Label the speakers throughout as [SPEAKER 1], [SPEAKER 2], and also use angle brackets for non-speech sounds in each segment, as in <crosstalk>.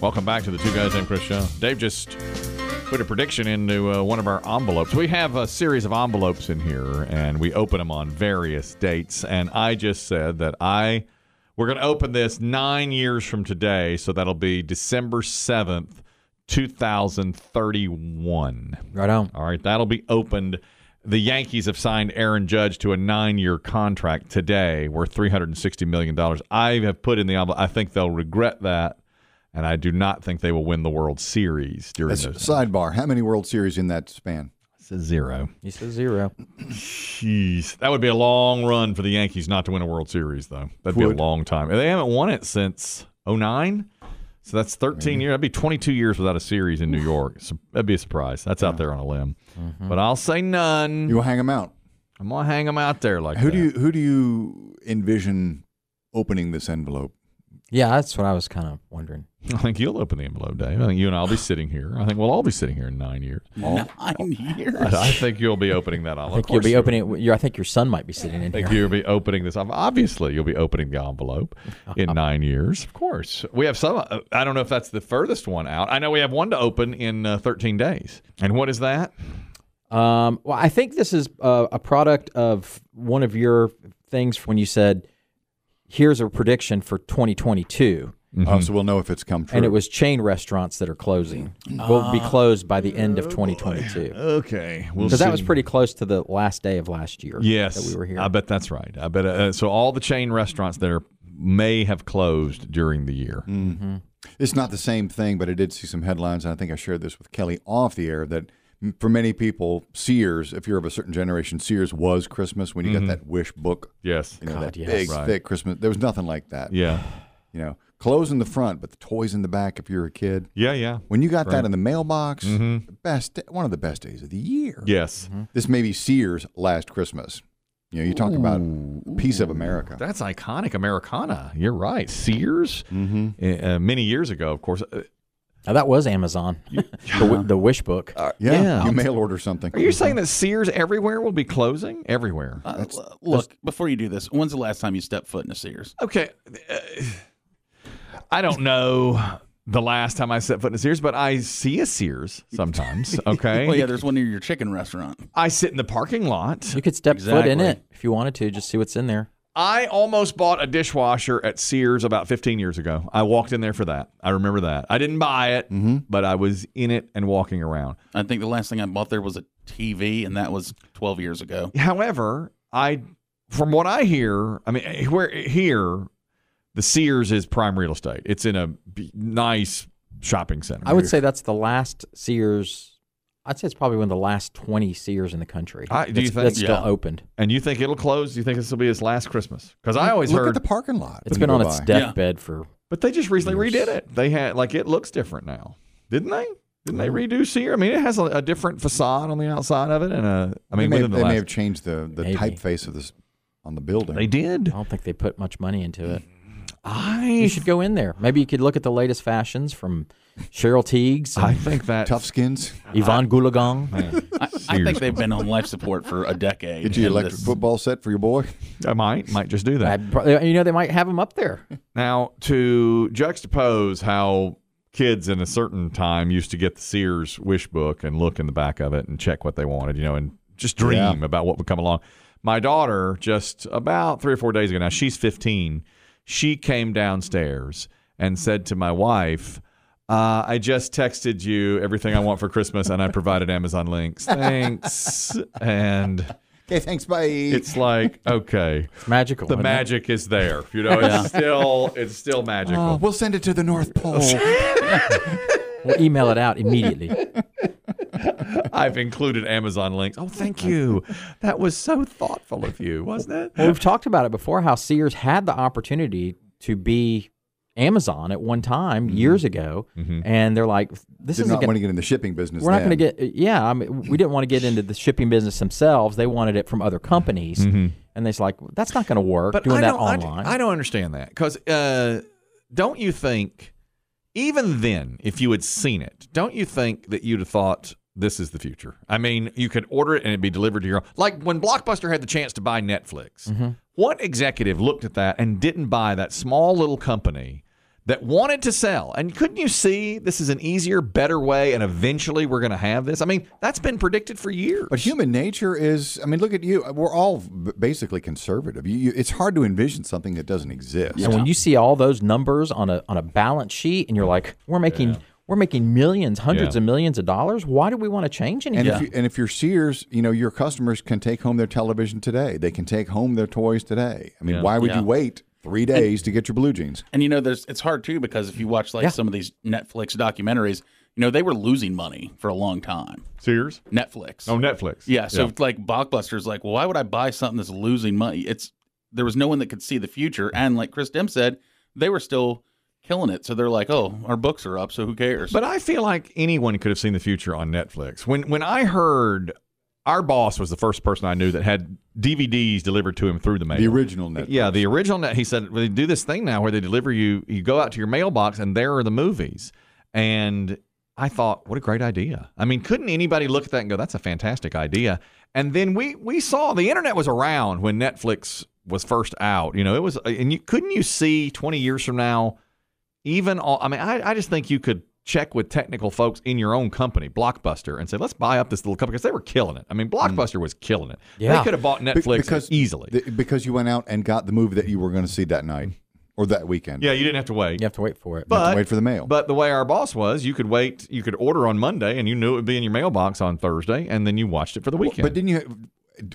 [SPEAKER 1] Welcome back to the Two Guys Named Chris Show. Dave just put a prediction into uh, one of our envelopes. We have a series of envelopes in here, and we open them on various dates. And I just said that I we're going to open this nine years from today, so that'll be December seventh, two thousand thirty-one.
[SPEAKER 2] Right on.
[SPEAKER 1] All right, that'll be opened. The Yankees have signed Aaron Judge to a nine-year contract today, worth three hundred and sixty million dollars. I have put in the envelope. I think they'll regret that, and I do not think they will win the World Series during
[SPEAKER 3] As-
[SPEAKER 1] those.
[SPEAKER 3] sidebar, how many World Series in that span?
[SPEAKER 2] Mm-hmm.
[SPEAKER 1] It's a zero.
[SPEAKER 2] He says zero.
[SPEAKER 1] Jeez, that would be a long run for the Yankees not to win a World Series, though. That'd be
[SPEAKER 3] Would.
[SPEAKER 1] a long time. And They haven't won it since 09. So that's 13 years. That'd be 22 years without a series in New York. So that'd be a surprise. That's out there on a limb. But I'll say none.
[SPEAKER 3] You will hang them out.
[SPEAKER 1] I'm going to hang them out there like
[SPEAKER 3] Who
[SPEAKER 1] that.
[SPEAKER 3] do you who do you envision opening this envelope?
[SPEAKER 2] Yeah, that's what I was kind of wondering.
[SPEAKER 1] <laughs> I think you'll open the envelope, Dave. I think you and I'll be sitting here. I think we'll all be sitting here in nine years.
[SPEAKER 4] Nine years.
[SPEAKER 1] I I think you'll be opening that envelope.
[SPEAKER 2] I think you'll be opening. Your, I think your son might be sitting in
[SPEAKER 1] think
[SPEAKER 2] here.
[SPEAKER 1] you'll be opening this. up. Obviously, you'll be opening the envelope <laughs> in nine years. Of course, we have some. uh, I don't know if that's the furthest one out. I know we have one to open in uh, 13 days. And what is that?
[SPEAKER 2] Um, well, I think this is uh, a product of one of your things when you said, "Here's a prediction for 2022,"
[SPEAKER 3] Oh, so we'll know if it's come true.
[SPEAKER 2] Mm-hmm. and it was chain restaurants that are closing will be closed by the end of 2022.
[SPEAKER 1] Okay, Oh, we'll
[SPEAKER 2] Because that was
[SPEAKER 1] see.
[SPEAKER 2] pretty close to the last day of last year.
[SPEAKER 1] Yes,
[SPEAKER 2] that we were here.
[SPEAKER 1] I bet that's right. I bet. Uh, so all the chain restaurants there may have closed during the year.
[SPEAKER 3] It's not the same thing, but I did see some headlines, and I think I shared this with Kelly off the air that m- for many people, Sears, if you're of a certain generation, Sears was Christmas when you got that wish book,
[SPEAKER 1] Yes.
[SPEAKER 3] you know, that
[SPEAKER 2] Mm-hmm. yes.
[SPEAKER 3] big,
[SPEAKER 1] Right.
[SPEAKER 3] thick Christmas. There was nothing like that.
[SPEAKER 1] Yeah.
[SPEAKER 3] You know, clothes in the front, but the toys in the back if you're a kid.
[SPEAKER 1] Yeah. Yeah.
[SPEAKER 3] When you got that in the mailbox,
[SPEAKER 2] Mm-hmm.
[SPEAKER 3] the best one of the best days of the year.
[SPEAKER 1] Yes.
[SPEAKER 3] This may be Sears last Christmas. You know, you talk about a piece of America.
[SPEAKER 1] That's iconic Americana. You're right. Sears, mm-hmm. uh, many years ago, of course. Uh,
[SPEAKER 2] Now, that was Amazon, the,
[SPEAKER 1] <laughs>
[SPEAKER 2] wi- the wish book.
[SPEAKER 1] Uh,
[SPEAKER 3] yeah,
[SPEAKER 1] yeah.
[SPEAKER 3] you mail order something.
[SPEAKER 1] Are you saying that Sears everywhere will be closing? Everywhere.
[SPEAKER 4] Uh, l- look, before you do this, when's the last time you stepped foot in a Sears?
[SPEAKER 1] Okay. uh, I don't know the last time I set foot in a Sears, but I see a Sears sometimes. Okay.
[SPEAKER 4] Well, yeah, there's one near your chicken restaurant.
[SPEAKER 1] I sit in the parking lot.
[SPEAKER 2] You could step foot in
[SPEAKER 4] Exactly.
[SPEAKER 2] it if you wanted to, just see what's in there.
[SPEAKER 1] I almost bought a dishwasher at Sears about 15 years ago. I walked in there for that. I remember that. I didn't buy it, but I was in it and walking around.
[SPEAKER 4] I think the last thing I bought there was a TV, and that was 12 years ago.
[SPEAKER 1] However, I from what I hear, I mean eh, where here the Sears is prime real estate. It's in a b- nice shopping center.
[SPEAKER 2] I would say that's the last Sears. I'd say it's probably one of the last 20 Sears in the country.
[SPEAKER 1] I- do you
[SPEAKER 2] that's,
[SPEAKER 1] think-
[SPEAKER 2] that's
[SPEAKER 4] Yeah.
[SPEAKER 2] still opened?
[SPEAKER 1] And you think it'll close? You think this will be his last Christmas? Because I always
[SPEAKER 3] Look
[SPEAKER 1] heard,
[SPEAKER 3] at the parking lot.
[SPEAKER 2] It's
[SPEAKER 3] when
[SPEAKER 2] been
[SPEAKER 3] you
[SPEAKER 2] on
[SPEAKER 3] go
[SPEAKER 2] its
[SPEAKER 3] by.
[SPEAKER 2] deathbed for.
[SPEAKER 1] but they just recently redid it. They had like it looks different now, didn't they? Didn't they redo Sears? I mean, it has a, a different facade on the outside of it, and a. I mean,
[SPEAKER 3] they may,
[SPEAKER 1] within
[SPEAKER 3] have,
[SPEAKER 1] the
[SPEAKER 3] they may
[SPEAKER 1] last-
[SPEAKER 3] have changed the, the
[SPEAKER 2] Maybe.
[SPEAKER 3] typeface of this on the building.
[SPEAKER 1] they
[SPEAKER 2] I
[SPEAKER 1] did.
[SPEAKER 2] don't think they put much money into it. You
[SPEAKER 1] I
[SPEAKER 2] should go in there. Maybe you could look at the latest fashions from Cheryl Teagues
[SPEAKER 1] I
[SPEAKER 2] and
[SPEAKER 1] think that
[SPEAKER 3] Tough skins.
[SPEAKER 2] Yvonne Goolagong.
[SPEAKER 4] I, I think they've been on life support for a decade.
[SPEAKER 3] Get you an
[SPEAKER 4] and
[SPEAKER 3] electric
[SPEAKER 4] this-
[SPEAKER 3] football set for your boy.
[SPEAKER 1] I might might just do that.
[SPEAKER 2] I'd pro- You know, they might have them up there.
[SPEAKER 1] Now, to juxtapose how kids in a certain time used to get the Sears wish book and look in the back of it and check what they wanted, you know, and just dream
[SPEAKER 3] Yeah.
[SPEAKER 1] about what would come along. My daughter, just about three or four days ago now, she's 15, she came downstairs and said to my wife, uh, I just texted you everything I want for Christmas and I provided Amazon links. Thanks. and
[SPEAKER 3] <laughs> Okay, thanks. Bye.
[SPEAKER 1] it's like, okay.
[SPEAKER 2] It's magical.
[SPEAKER 1] The
[SPEAKER 2] isn't it?
[SPEAKER 1] magic is there. You know, it's still it's still magical.
[SPEAKER 3] Oh, we'll send it to the North <laughs> Pole.
[SPEAKER 2] <laughs> We'll email it out immediately.
[SPEAKER 1] I've included Amazon links. Oh, thank you. That was so thoughtful of you, wasn't it?
[SPEAKER 2] Well, we've talked about it before how Sears had the opportunity to be Amazon at one time years ago, and they're like, "This
[SPEAKER 3] Did
[SPEAKER 2] isn't
[SPEAKER 3] not
[SPEAKER 2] gonna-
[SPEAKER 3] want to get in the shipping business.
[SPEAKER 2] we're not going
[SPEAKER 3] then.
[SPEAKER 2] to get yeah I mean, we didn't want to get into the shipping business themselves they wanted it from other companies and they're like well, that's not going to work doing
[SPEAKER 1] I
[SPEAKER 2] that
[SPEAKER 1] don't, I-
[SPEAKER 2] online
[SPEAKER 1] I, don't understand that because uh, don't you think even then, if you had seen it, don't you think that you'd have thought this is the future? I mean, you could order it and it'd be delivered to your like when Blockbuster had the chance to buy Netflix.
[SPEAKER 2] Mm-hmm.
[SPEAKER 1] What executive looked at that and didn't buy that small little company? That wanted to sell. And couldn't you see this is an easier, better way, and eventually we're going to have this? I mean, that's been predicted for years.
[SPEAKER 3] But human nature is, I mean, look at you. We're all b- basically conservative. You, you, it's hard to envision something that doesn't exist.
[SPEAKER 2] and when you see all those numbers on a on a balance sheet and you're like we're making we're making millions hundreds
[SPEAKER 1] Yeah.
[SPEAKER 2] of millions of dollars why do we want to change anything
[SPEAKER 3] And, if you, and if you're Sears, you know, your customers can take home their television today. They can take home their toys today. I mean, why would
[SPEAKER 4] Yeah.
[SPEAKER 3] you wait three days to get your blue jeans?
[SPEAKER 4] And you know, there's it's hard too because if you watch like some of these Netflix documentaries, you know they were losing money for a long time.
[SPEAKER 1] Sears?
[SPEAKER 4] Netflix.
[SPEAKER 1] Oh, Netflix.
[SPEAKER 4] yeah. So like Blockbuster's like, well, why would I buy something that's losing money? It's there was no one that could see the future, and like Chris Dim said, they were still killing it. So they're like, oh, our books are up, so who cares?
[SPEAKER 1] But I feel like anyone could have seen the future on Netflix. When when I heard our boss was the first person I knew that had DVDs delivered to him through the mail.
[SPEAKER 3] The original net.
[SPEAKER 1] yeah, the original net. He said well, they do this thing now where they deliver you. You go out to your mailbox and there are the movies. And I thought, what a great idea. I mean, couldn't anybody look at that and go, that's a fantastic idea? And then we we saw the internet was around when Netflix was first out. You know, it was uh, and you couldn't you see twenty years from now even all, I mean, I, I just think you could check with technical folks in your own company, Blockbuster, and say, let's buy up this little company because they were killing it. I mean, Blockbuster was killing it. They
[SPEAKER 2] Yeah.
[SPEAKER 1] could have bought
[SPEAKER 3] Mm. Be-
[SPEAKER 1] Netflix easily.
[SPEAKER 3] th- because you went out and got the movie that you were going to see that night or that weekend.
[SPEAKER 1] yeah, you didn't have to wait.
[SPEAKER 2] you have to wait for it
[SPEAKER 3] You have
[SPEAKER 1] But
[SPEAKER 3] to wait for the mail.
[SPEAKER 1] But the way our boss was, you could wait, you could order on Monday, and you knew it would be in your mailbox on Thursday, and then you watched it for the weekend.
[SPEAKER 3] But didn't you?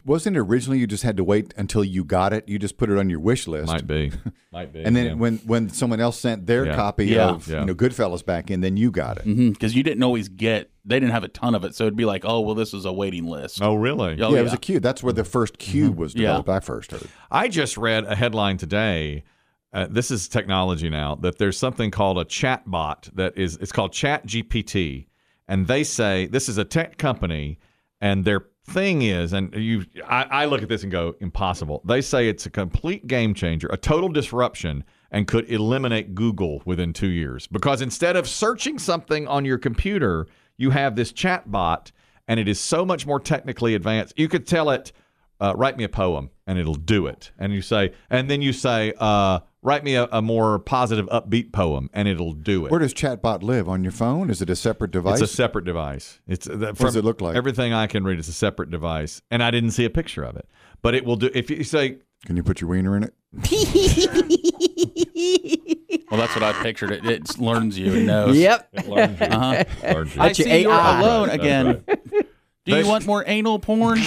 [SPEAKER 3] Wasn't it originally you just had to wait until you got it? You just put it on your wish list,
[SPEAKER 1] might
[SPEAKER 3] <laughs>
[SPEAKER 1] be, might be.
[SPEAKER 3] and then
[SPEAKER 1] yeah.
[SPEAKER 3] when when someone else sent their
[SPEAKER 1] Yeah.
[SPEAKER 3] copy
[SPEAKER 4] Yeah.
[SPEAKER 3] of
[SPEAKER 1] Yeah.
[SPEAKER 3] you know Goodfellas back in, then you got it.
[SPEAKER 4] Because you didn't always get, they didn't have a ton of it, so it'd be like, oh, well, this is a waiting list.
[SPEAKER 1] oh Mm-hmm. really?
[SPEAKER 4] Oh,
[SPEAKER 3] yeah, it was a cube. That's where the first cube was
[SPEAKER 4] Yeah.
[SPEAKER 3] developed. I first heard.
[SPEAKER 1] I just read a headline today. Uh, this is technology now that there's something called a chat bot that is it's called Chat GPT, and they say this is a tech company, and their thing is, and you, I, I look at this and go impossible. They say it's a complete game changer, a total disruption, and could eliminate Google within two years because instead of searching something on your computer, you have this chat bot, and it is so much more technically advanced. You could tell it uh, write me a poem and it'll do it and you say and then you say uh, write me a, a more positive upbeat poem and it'll do it
[SPEAKER 3] Where does Chatbot live? On your phone? Is it a separate device?
[SPEAKER 1] it's a separate device it's uh, that-
[SPEAKER 3] does
[SPEAKER 1] from
[SPEAKER 3] it look like?
[SPEAKER 1] everything i can read it's a separate device and i didn't see a picture of it but it will do if you
[SPEAKER 4] <laughs>
[SPEAKER 1] say
[SPEAKER 3] Can you put your wiener in it?
[SPEAKER 4] Well, that's what I pictured. It, it learns you and
[SPEAKER 2] <laughs>
[SPEAKER 4] knows.
[SPEAKER 2] yep
[SPEAKER 4] Uh-huh. I
[SPEAKER 2] That's
[SPEAKER 4] see
[SPEAKER 2] your
[SPEAKER 4] you're
[SPEAKER 2] AI.
[SPEAKER 4] alone again. Do you want more anal porn?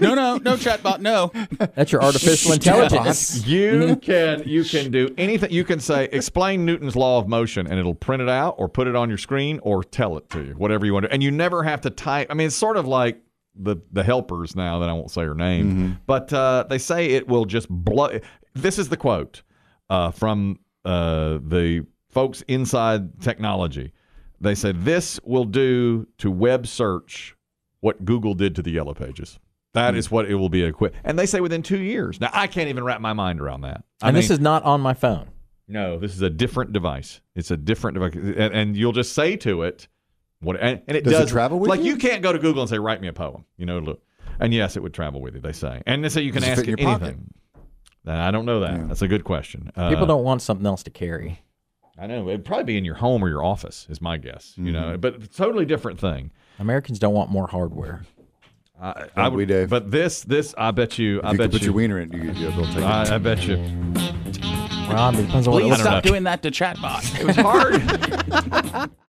[SPEAKER 4] no, no, no, chatbot, no.
[SPEAKER 2] that's your artificial intelligence
[SPEAKER 1] You can you can do anything. You can say explain Newton's law of motion, and it'll print it out, or put it on your screen, or tell it to you, whatever you want to. And you never have to type. I mean, it's sort of like the the helpers now that I won't say her name, but uh, they say it will just blow. This is the quote uh, from uh, the folks inside technology. They say this will do to web search what Google did to the yellow pages. That is what it will be equipped. And they say within two years. Now I can't even wrap my mind around that. I
[SPEAKER 2] and this
[SPEAKER 1] mean,
[SPEAKER 2] is not on my phone
[SPEAKER 1] no, this is a different device. It's a different device, and, and you'll just say to it what, and, and it
[SPEAKER 3] Does
[SPEAKER 1] does,
[SPEAKER 3] it travel with
[SPEAKER 1] like
[SPEAKER 3] you?
[SPEAKER 1] you can't go to Google and say write me a poem. You know, look, and yes, it would travel with you. They say, and they say you can
[SPEAKER 3] Does it
[SPEAKER 1] ask
[SPEAKER 3] fit in
[SPEAKER 1] it
[SPEAKER 3] your
[SPEAKER 1] anything.
[SPEAKER 3] pocket?
[SPEAKER 1] I don't know that. That's a good question. Uh,
[SPEAKER 2] people don't want something else to carry
[SPEAKER 1] I know it'd probably be in your home or your office, is my guess.
[SPEAKER 3] Mm-hmm.
[SPEAKER 1] You know, but it's a totally different thing.
[SPEAKER 2] americans don't want more hardware
[SPEAKER 1] I, I
[SPEAKER 3] we do.
[SPEAKER 1] But this, this, I bet you, I
[SPEAKER 3] If you
[SPEAKER 1] bet
[SPEAKER 3] could put your
[SPEAKER 1] you,
[SPEAKER 3] wiener in it, you, you'll take it.
[SPEAKER 1] I, I bet you.
[SPEAKER 2] Ron, it depends on what it
[SPEAKER 4] Please
[SPEAKER 2] looks
[SPEAKER 4] stop
[SPEAKER 1] know.
[SPEAKER 4] doing that to chatbot.
[SPEAKER 1] It was hard.